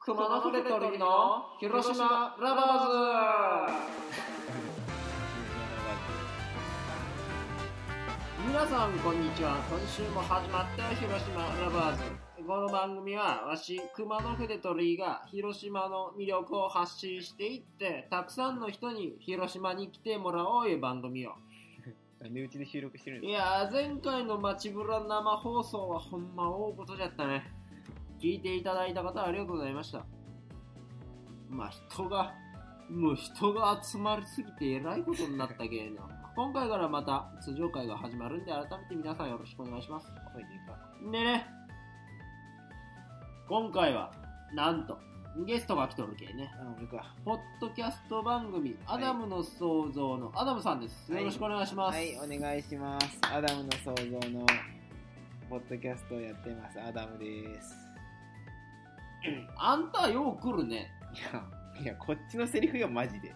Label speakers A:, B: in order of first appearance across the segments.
A: 熊野筆取りの広島ラバーズ皆さんこんにちは今週も始まった広島ラバーズこの番組はわし熊野筆取りが広島の魅力を発信していってたくさんの人に広島に来てもらおういう番組よ
B: なんでうちで収録してるん
A: い
B: で
A: やー前回の街ぶら生放送はほんま大事じゃったね聞いていただいた方ありがとうございましたまあ人がもう人が集まりすぎてえらいことになったけえな今回からまた通常会が始まるんで改めて皆さんよろしくお願いします
B: すか声でいいか
A: でね今回はなんとゲストが来とるけえね
B: あ、俺か。
A: ポッドキャスト番組「ア
B: い
A: ダムの創造」のアダムさんです、
B: はい
A: よろしくお願いします、
B: はい、お願いします。アダムの創造のポッドキャストをやってます。アダムです。
A: あんたよう来るね
B: いや、いや、こっちのセリフよ、マジで。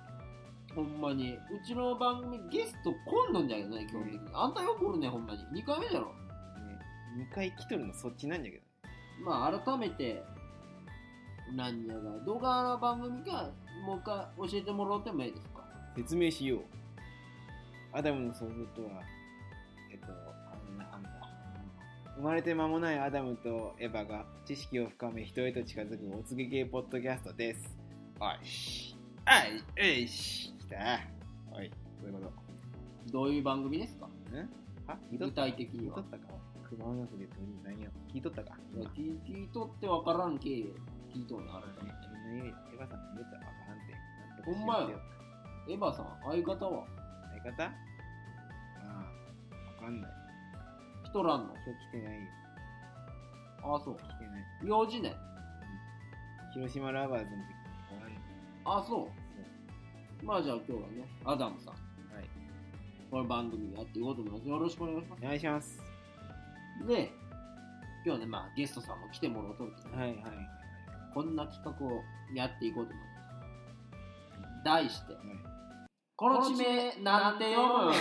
A: ほんまに。うちの番組ゲスト来んのんじゃけどね、基本的に。あんたよく来るね、ほんまに。2回目だろ。
B: ね、2回来とるのそっちなんじゃけど。
A: まあ、改めて、何やが、動画の番組か、もう一回教えてもらってもいいですか
B: 説明しよう。アダムの創造とは、えっと、あんな、あんな。生まれて間もないアダムとエヴァが知識を深め人へと近づくお告げ系ポッドキャストです。おいし。おい、おいし。来た。おい、そういうこ
A: どういう番組ですか
B: と。んあ、聞いと
A: 具
B: った
A: 体的
B: 聞
A: に
B: いと
A: は
B: っ。たか。熊本で鳥何や聞いとったか。
A: いや
B: 今
A: 聞聞いとってわからんけえよ。聞いとんの、あれ
B: みんな言うよエヴァさんの言ったらわからんて。なんとかしよう
A: ほんまや
B: って
A: エヴァさん、相方は
B: 相方ああ、わかんない。
A: 来とらんの
B: 今日来てないよ。
A: ああ、そう。
B: 来てない。
A: 用事ね。
B: 広島ラバーズの時におらんよ
A: ああ、そう。まあじゃあ今日はね、アダムさん、
B: はい。
A: この番組やっていこうと思います。よろしくお願いします。
B: お願いします。
A: で、今日ね、まあ、ゲストさんも来てもらおうと思って、
B: はいはい。
A: こんな企画をやっていこうと思ってます。題して、
B: は
A: この地名なんて読む
B: い。うわ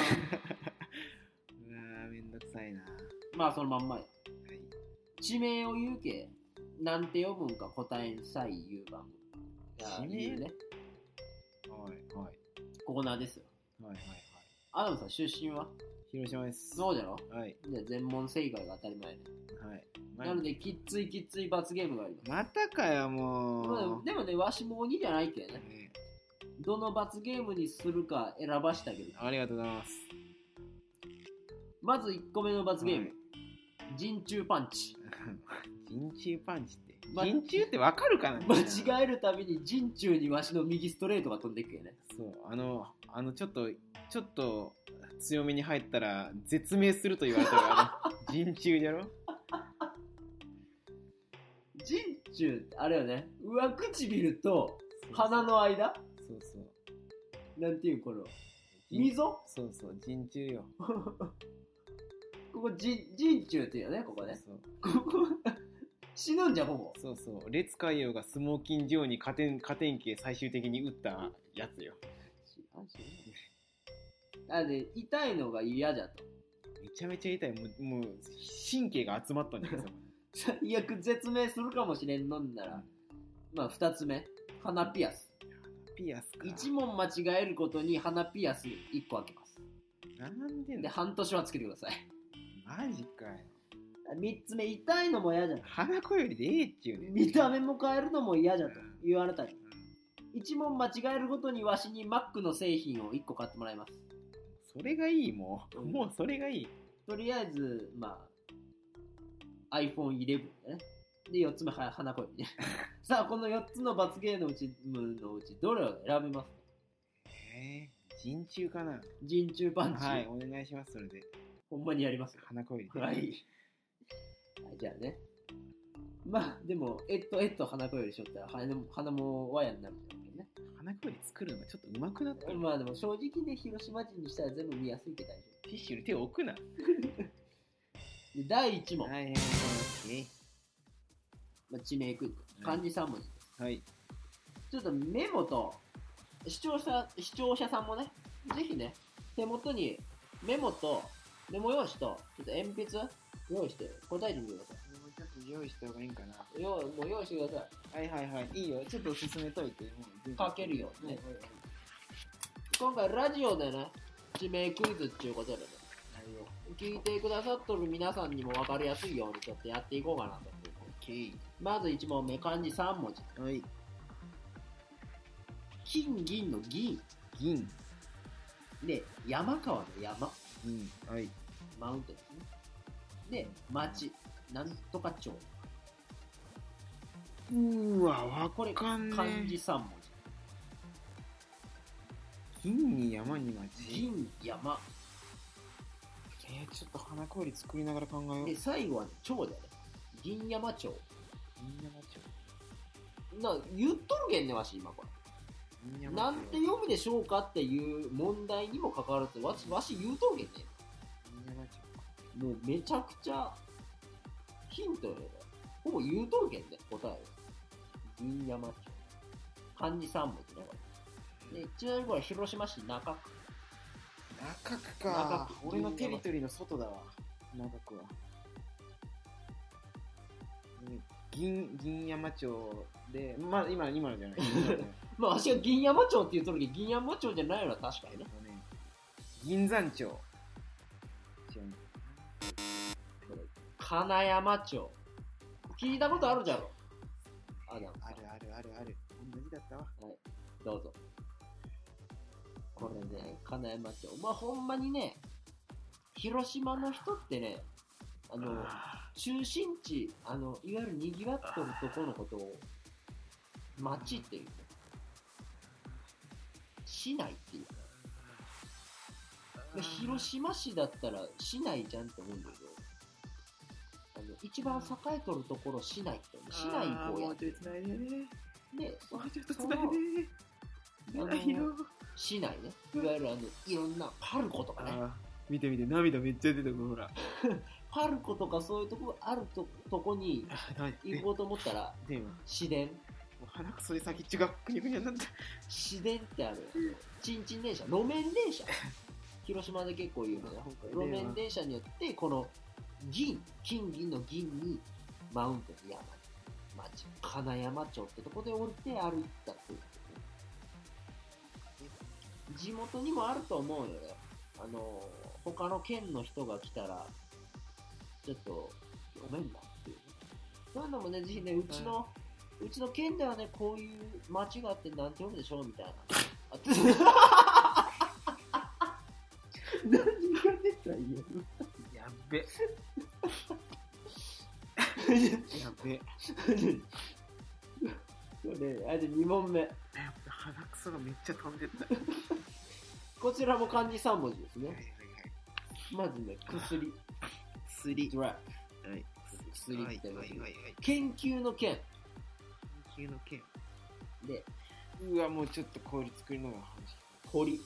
B: ーめんどくさいな。は
A: まあ、そのまんまや。
B: い。
A: 地名を言うけ、なんて読むんか答えんさい言う番組。
B: 地名
A: いや言うね。
B: はいはい。
A: コーナーですよ。
B: はいはいはい。
A: アダムさん、出身は
B: 広島です。
A: そうじゃろ
B: はい
A: じゃあ全問正解が当たり前ね。
B: はい。
A: なので、きっついきっつい罰ゲームがあります。
B: またかよもう。
A: でもね、わしも鬼じゃないけどね。
B: ね
A: どの罰ゲームにするか選ばしてあげる。
B: ありがとうござい ます。
A: まず1個目の罰ゲーム
B: はい。
A: 陣中パンチ
B: 人中パンチって。
A: ま
B: 人中ってわかるかな
A: 間
B: う。
A: 違えるたびに陣中にわしの右ストレートが飛んでいくよね
B: そう、あの、あの、ちょっと、ちょっと強めに入ったら絶命すると言われたからね。 人中じゃろ
A: 陣中ってあれよね上唇と鼻。の間
B: そうそう。
A: なんていうこの
B: 人
A: 溝
B: そうそう、人中よ。
A: ここ陣陣中っていうよねここね
B: そう
A: ここ死ぬんじゃんここ
B: そうそう、列海洋がスモーキンジョーに加点加点系最終的に打ったやつよ。
A: あで痛いのが嫌じゃと
B: めちゃめちゃ痛い、もうもう神経が集まったんだけ ど、
A: 最悪絶命するかもしれんのんならまあ2つ目鼻ピアス
B: ピアスか。
A: 1問間違えることに鼻ピアス1個開けます
B: なんで
A: で
B: な
A: 半年はつけてください
B: マジかよ。
A: 3つ目痛いのも嫌じゃん
B: 花子よりでええっちゅうね。
A: 見た目も変えるのも嫌じゃと言われたり一問間違えるごとにわしにマックの製品を1個買ってもらいます
B: それがいい、もう。
A: うん
B: もうそれがいい。
A: とりあえずまあ iPhone11 だねで4つ目は花子 指ねさあこの4つの罰ゲームのうちのうちどれを選びます
B: えー、人中かな。
A: 人中パンチ、
B: はい、お願いします、それで。
A: ほんまにやります
B: 花子よりで。
A: はい。はいじゃあね。まあ、でも、えっと、えっと、花子よりしょったら、鼻も鼻もワヤになるんだけどね。
B: 花子より作るのがちょっと上手くなったよ。
A: まあ、でも、正直ね、広島人にしたら全部見やすいけど大丈
B: ティッシュに手を置くな。は
A: 夫。で、第1問、
B: いはいはい。
A: まあ、地名クイズ。漢字3文字。
B: はい。
A: ちょっとメモと、視聴者、視聴者さんもね、ぜひね、手元にメモと、メモ用紙と、ちょっと鉛筆用意して答えてみてください。
B: 用意した方がいいんかな
A: 用もう用意してくださ
B: はいはいはいいいよちょっと進めといてもう
A: いかけるよ、ね今回ラジオでね地名クイズっていうことでね
B: はいよ
A: 聞いてくださっとる皆さんにも分かりやすいようにちょっとやっていこうかなと
B: OK
A: まず1問目漢字3文字
B: はい
A: 金銀の銀
B: 銀
A: で山川の山
B: 銀はい
A: マウンテンですねで町なんとか町
B: うーわわ
A: これ
B: か
A: 漢
B: ん
A: 字
B: ね
A: 3文字
B: 銀に山に町
A: 銀山
B: えー、ちょっと花氷作りながら考えよう
A: で最後は町だよね銀山町
B: 銀山町
A: な言っとるけんねわし今これ
B: 銀
A: な
B: 山町
A: んて読むでしょうかっていう問題にもかかわらずわしわし言うとるけんね
B: 銀山町
A: もうめちゃくちゃヒントよね。ほぼ言うとるけんね、答えを。銀山町。漢字3文字ね、これ。で、ちなみにこれ広島市中区。
B: 中区か
A: 中区
B: 俺のテリトリーの外だわ中区はうん銀銀山町でまあ今の今のじゃ ない今のじゃない
A: まあ、私が銀山町って言うとるけど、銀山町じゃないのは確か
B: えっ
A: にね。
B: とね銀山町違う
A: 金山町。聞いたことあるじゃろ。あ、でも、
B: あるあるあるある同じだったわ
A: どうぞ。これね、金山町。まあ、ほんまにね、広島の人ってね、あの、中心地あのいわゆるにぎわっとるところのことを町っていう市内っていうで広島市だったら市内じゃんって思うんだけどあの一番栄えとるところ市内って思う市内
B: あ
A: 行こう
B: ー
A: や
B: も
A: っ
B: うち
A: て
B: ょいつないでね
A: で
B: もうちょっとつ
A: そ
B: な
A: の
B: い
A: あ
B: でや
A: の
B: だよ
A: 市内ねいわゆるあのいろんなパルコとかね
B: あー見て見て涙めっちゃ出てくるほら
A: パルコとかそういうとこあるととこに
B: あダメ
A: 行こうと思ったら
B: でも
A: 市電
B: もう鼻くそで先っちょがくにゃくにゃになった
A: 市電ってあるちんちん電車路面電車広島で結構有名な
B: 本当
A: 路
B: にね
A: 面電車によってこの銀金銀の銀にマウンテン山町金山町ってとこで降りて歩いたっていう地元にもあると思うよねあの他の県の人が来たらちょっとごめんなっていうそういうのもねぜひねうちの、うちの県ではねこういう町があってなんて読むでしょうみたいなあ何が出た言え
B: やっべやべや
A: そうね、あと2問目。
B: っぱ鼻くそがめっちゃ飛んでった
A: こちらも漢字3文字です
B: はい
A: ね。まずね、薬。
B: 釣り
A: ドラ
B: はい
A: 薬って
B: はい
A: の
B: は
A: はい
B: はい
A: 研究の件
B: 緊急の件
A: で、
B: うわもうちょっと氷作るのが話
A: 堀。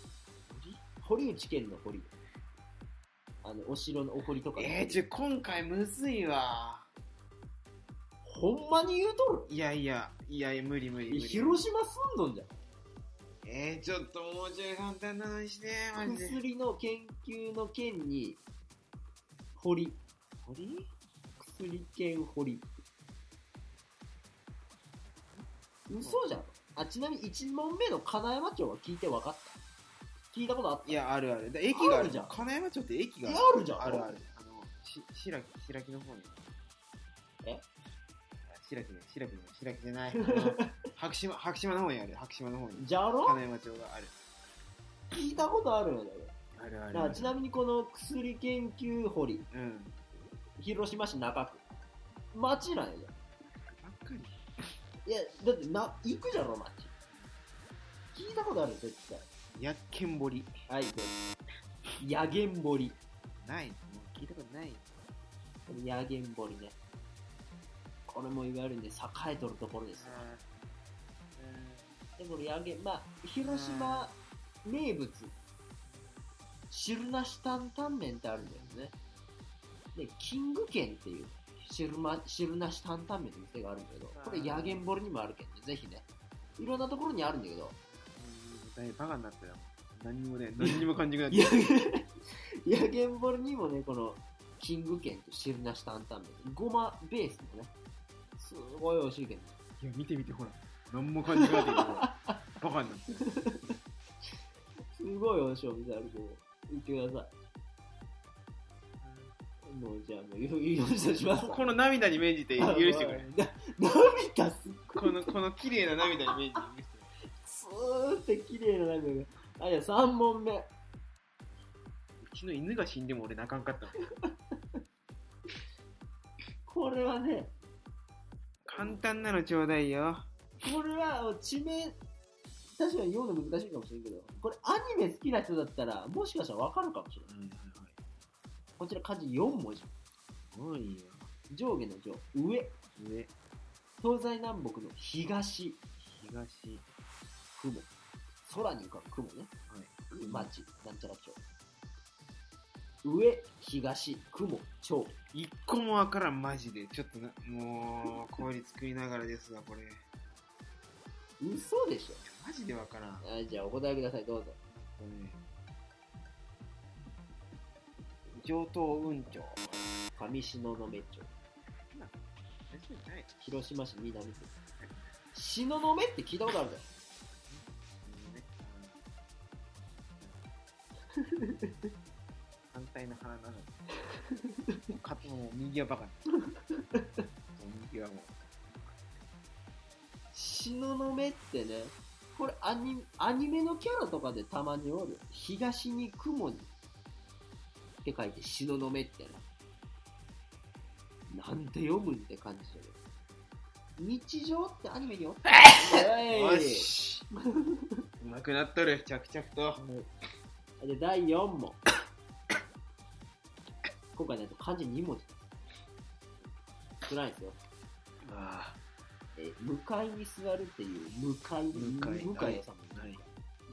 A: 堀内健の堀。あの、お城のお堀とかの堀。
B: えー、ちょ今回むずいわ
A: ほんまに言うと
B: いやいやいやいや無理無理無
A: る
B: 理
A: 広島住んどんじゃん。
B: えー、ちょっともうちょい簡単なのにしてマジで
A: 薬の研究の件に、堀。
B: 堀
A: 薬犬堀。嘘じゃん。あ、ちなみに1問目の金山町は聞いて分かった。聞いたことあった
B: いやあるあるだ駅が
A: あ
B: ある
A: る
B: じ
A: じ
B: ゃ
A: ゃ
B: ん
A: ん
B: 金山町って駅が
A: えあるじゃん
B: あるあるあのし白木白木の方に
A: え
B: あ白木ね白木ね白木じゃな いあの白島白島の方にある白島の方に
A: じゃろ
B: 金山町がある
A: 聞いたことあるよね。
B: あるあ
A: だからちなみにこの薬研究堀、
B: うん
A: 広島市中区。町なんやじゃ
B: ばっかり
A: ん。いや、だってな、行くじゃろ、町。聞いたことあるよ、絶対。
B: やっけんぼり
A: はい、どうぞ。野源堀。
B: ないもう聞いたことない
A: 野源堀ね。これもいわゆるね、栄えとるところですよ。でもやげ、まあ、広島名物、汁なし担々麺ってあるんだよね。で、キング軒っていう汁,、ま、汁なし担々麺の店があるんだけど、これ、やげんぼりにもあるけんね、ぜひね。いろんなところにあるんだけど、
B: だいぶバカになった よ何にもね何にも感じなくなっ
A: や
B: た
A: げやげんぼりにもね、この、キングケンと汁なし担々麺。ごまベースのね。すごい美味しいけど。
B: いや、見て見て、ほら。何も感じがないけど、バカになってる。
A: すごい美味しいお店あるけど、行ってください。もうじゃあ、もう、いろいろとします
B: こ。この涙に免じて許してくれ。
A: な。 涙すっ
B: この、この綺麗な涙に免じて許してくれ。
A: つーって綺麗な涙が。あ、じゃあ3問目。
B: うちの犬が死んでも俺泣かんかったもん。
A: これはね、
B: 簡単なのちょうだいよ。
A: これは地名、確かに読むの難しいかもしれんけど、これアニメ好きな人だったら、もしかしたらわかるかもしれない。
B: はいはいはい。
A: こちら漢字4文字。
B: すごいよ。
A: 上下の上、上。
B: 上、
A: 東西南北の東、
B: 東、
A: 雲。空に浮かぶ雲ね。
B: はい。
A: 町、なんちゃら町。上、東、雲、町。
B: 一個もわからん、マジで。ちょっとな、もう、氷作りながらですが、これ。
A: 嘘でしょ
B: マジでわからん。
A: はいじゃあお答えください、どうぞ。
B: これ上等運長。
A: 上篠宮町。
B: ない。
A: 広島市南区。篠宮って聞いたことあるじゃん。
B: 反対の鼻なの。もうかもう右はバカ。もう右はも
A: 篠宮ってね、これアニアニメのキャラとかでたまにおる。東に雲に。って書いて篠宮ってな。なんて読むんって感じだけど。日常ってアニメにおった
B: う。
A: お
B: よ
A: い
B: し。うまくなっとる、着々と。
A: で、第4問。今回ね、漢字2文字。少ないですよ。
B: ああ、
A: えー向かいに座るっていう、向かい、
B: 向かい
A: 向かいのさも
B: ない
A: で、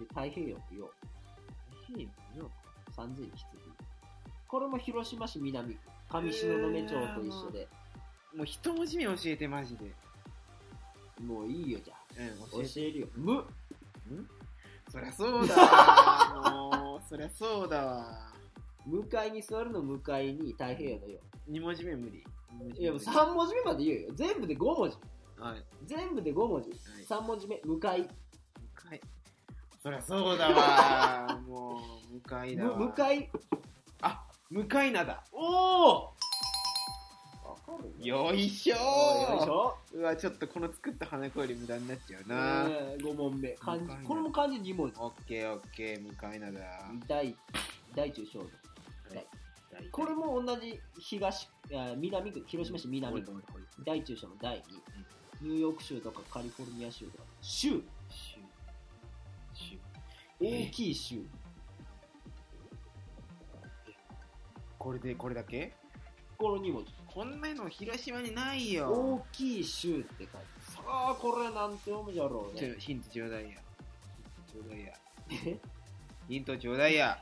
A: 太平洋ってよ、
B: いいよ。
A: 三千羊。これも広島市南区、上篠宮町と一緒で、
B: もう一文字目教えて、マジで。
A: もういいよ、じゃあ。
B: うん、
A: 教
B: 教えて。
A: えるよ。無
B: そりゃそうだわ。もう、そりゃそうだわ。
A: 向かいに座るの向かいに太平洋のよ。
B: 二文字目無理。
A: いや、もう3文字目まで言うよ。全部で5文字。
B: はい。はい。
A: 全部で5文字。3文字目、向かい。
B: はい。そりゃそうだわ。もう、向かいだ
A: む
B: わ。
A: 向かい。
B: あ、向かいなだ。
A: おおわかるよ。
B: よいしょー
A: おーよいしょ。
B: うわ、ちょっとこの作った花子より無駄になっちゃうな。
A: えー、5問目。漢字
B: 向かいな
A: これも漢字2文字。
B: オッケーオッケー、向かいなだ。
A: 大、大中小の。これも同じ東、いや南区、広島市南区。大中小の第に、ニューヨーク州とかカリフォルニア州とか、州、
B: シュシュえ
A: 大
B: ー
A: きい州。
B: これで、これだけ
A: この2文字。
B: こんなの広島にないよ。
A: 大きい州って書いてある。さあ、これなんて読むじゃろう
B: ち
A: ね
B: ょ。ヒントちょうだいや。ヒントちょうだいや。
A: え
B: ヒントちょうだいや。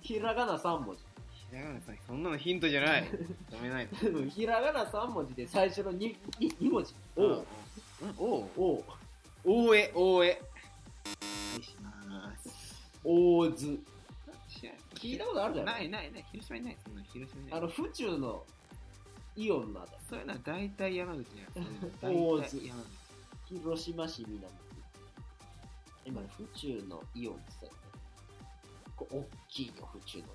A: ひらがな3文字。
B: ひらがなさん、そんなのヒントじゃない。止めないと。
A: でもひらがな3文字で最初の 2, 2, 文字。 おう、
B: うんおう。
A: おう、
B: 大江、大江。はい、します。
A: 大津。聞
B: 聞
A: いたことあるじゃん
B: ないないない。広島にない。そんなの広島にない。
A: あの、府中のイオンのあたり。
B: そういうのは大体山口 にある。
A: 大
B: 大
A: 津
B: 体山口。
A: 広島市南区。今ね、府中のイオンって言ったよね。これ、大きいよ、府中のイオン。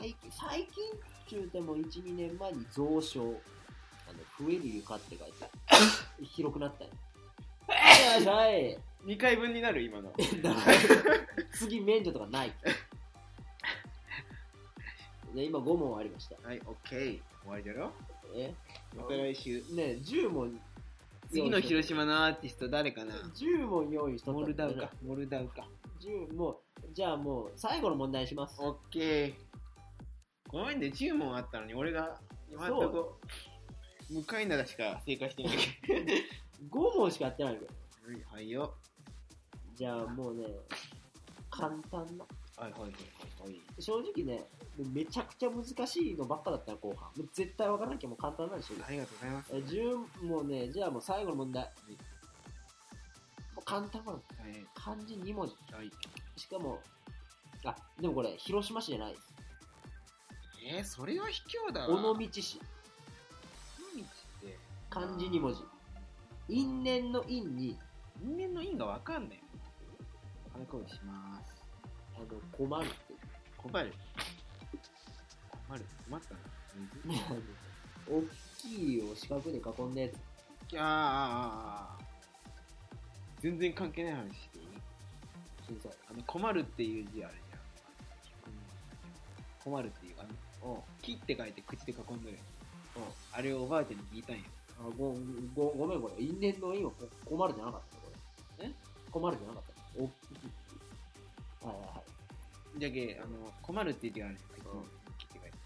A: 最近、最近、府中でも1、2年前に増床。あの、増える床って書いてある広くなったよ。はいはい。
B: 2回分になる 今の。
A: だから次、免除とか ない。で、今5問ありました。
B: はい、オッケー。終わりだろ
A: え
B: また来週。
A: ね10問。
B: 次の広。島のアーティスト誰かな
A: 10問用意しとった
B: モ
A: ん
B: ル
A: だ
B: ダ
A: よ
B: ウ
A: ね
B: か。モルダウか。
A: 10もうじゃあもう最後の問題します
B: オッケー。ごめんね、10問あったのに俺が今んとこ、向かいなだしか正解してない。
A: 5問しかやってないよ
B: はい、はいよ。
A: じゃあもうね簡単な
B: はいはいはいはい。
A: 正直ねめちゃくちゃ難しいのばっかだったら後半もう絶対わからなきゃもう簡単なんでしょ
B: ありがとうございます。
A: え10もうねじゃあもう最後の問題もう簡単なの
B: は
A: 漢字2文字
B: い。はい。
A: しかもあでもこれ広島市じゃないです
B: えー、それは卑怯だわ。
A: 尾道市
B: 道って、
A: 漢字2文字因縁の因に
B: 人間の意味がわかんない。ハンコします。
A: あの困るって
B: 困る。困る。困ったな。水
A: 大きいを四角で囲んで
B: いやーあーあーあー全然関係ない話していい
A: 震災
B: あの困るっていう字あるじゃん困るっていうあの木って書いて口で囲んでる
A: うん
B: あれをおばあちゃんに聞いたんや
A: あごごごめんごめん因縁の因はこ困るじゃなかったこれ
B: え
A: 困るじゃなかったおっきいはいはいはい
B: じゃけあの困るって言う字があるじゃん
A: うん
B: 口に木って書いて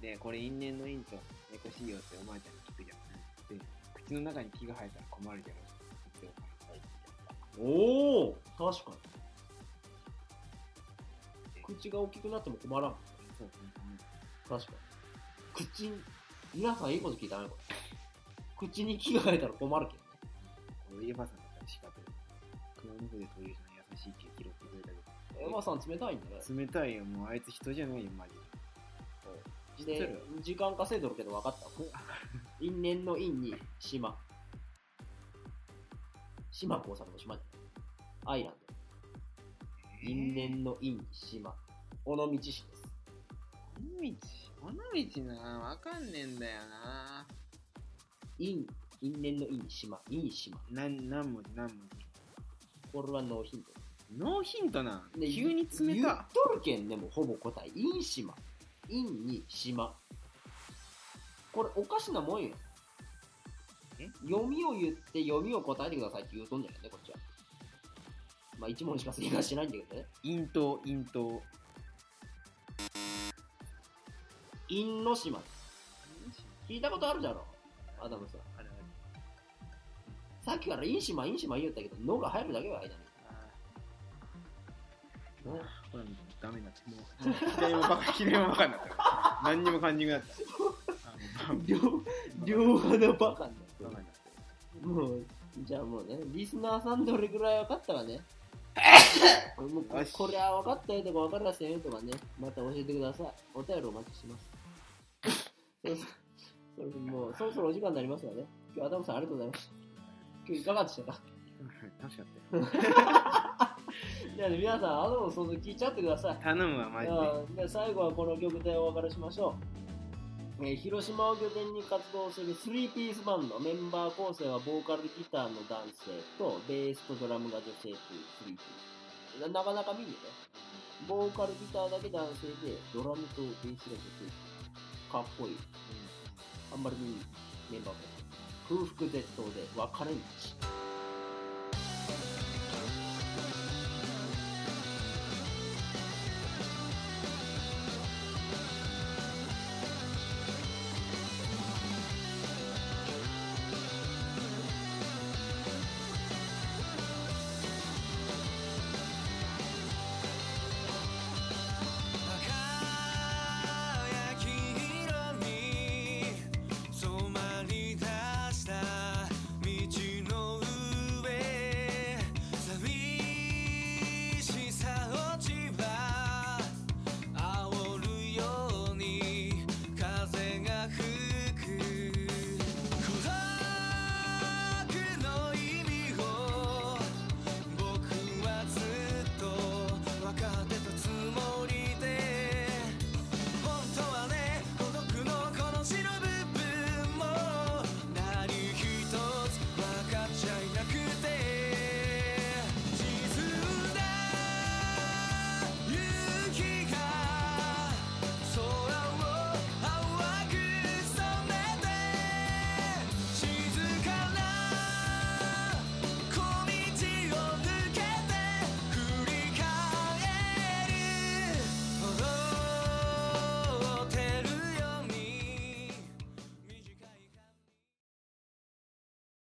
B: でこれ因縁の因と猫しいよっておばあちゃんに聞くじゃんで口の中に木が生えたら困るじゃんっておばあちゃんに
A: おお確かに口が大きくなっても困らん
B: そうそう
A: 確かに口に皆さんいいこと聞いたねこれ口に木が生えたら困るけどね
B: これエヴァさんだったら仕方ない熊の筆という人の優しい木を拾ってくれたけど
A: エヴァさん冷たいんだね
B: 冷たいよ、もうあいつ人じゃないよ、マジで。知って
A: で
B: る
A: 時間稼いどるけど分か った因縁の因に島島耕作の島じゃないアイランド因縁の因に島尾道市です
B: 尾道、尾道な、わかんねえんだよな。
A: 因因縁の因に島因島
B: なん、何文字、何文
A: これはノーヒント
B: 字。ノーヒントな。
A: で
B: 急に冷。
A: 言ったとるけんねもうほぼ答え因島因に島これおかしなもんよ
B: え
A: 読みを言って読みを答えてくださいって言うとんじゃないねこっちはまあ一問しか正解しないんだけどね
B: 陰頭、陰頭。
A: 因の島です聞いたことあるじゃろアダムさん
B: あれあれ
A: さっきから因島因島言ったけど「の」が入るだけは間に
B: あ
A: の
B: ーほら、ダメになって、もう、左もバカ、左もバカになった。何にも感じなくなった。あの
A: 両
B: バカ
A: 両鼻バカにな
B: バ
A: って
B: カに
A: る
B: なった。
A: もうじゃあもうねリスナーさんどれぐらい分かったか ねもうこ
B: よし
A: これは分かったよとか分からせんよとかねまた教えてくださいお便りお待ちしてます そうそうそれもうそろそろお時間になりますよね今日アダムさんありがとうございました今日いかがでしたか
B: 楽しかったよ。
A: じゃあね皆さんアダムの想像聞いちゃってください
B: 頼むわ、マジで。
A: うんで最後はこの曲でお別れしましょう、えー広島を拠点に活動する3ピースバンドメンバー構成はボーカルギターの男性とベースとドラムが女性という3ピースななかなか見るよねボーカルギターだけ男性でドラムとベースが女性かっこいいあんまり見るメンバーも空腹絶倒で別れ道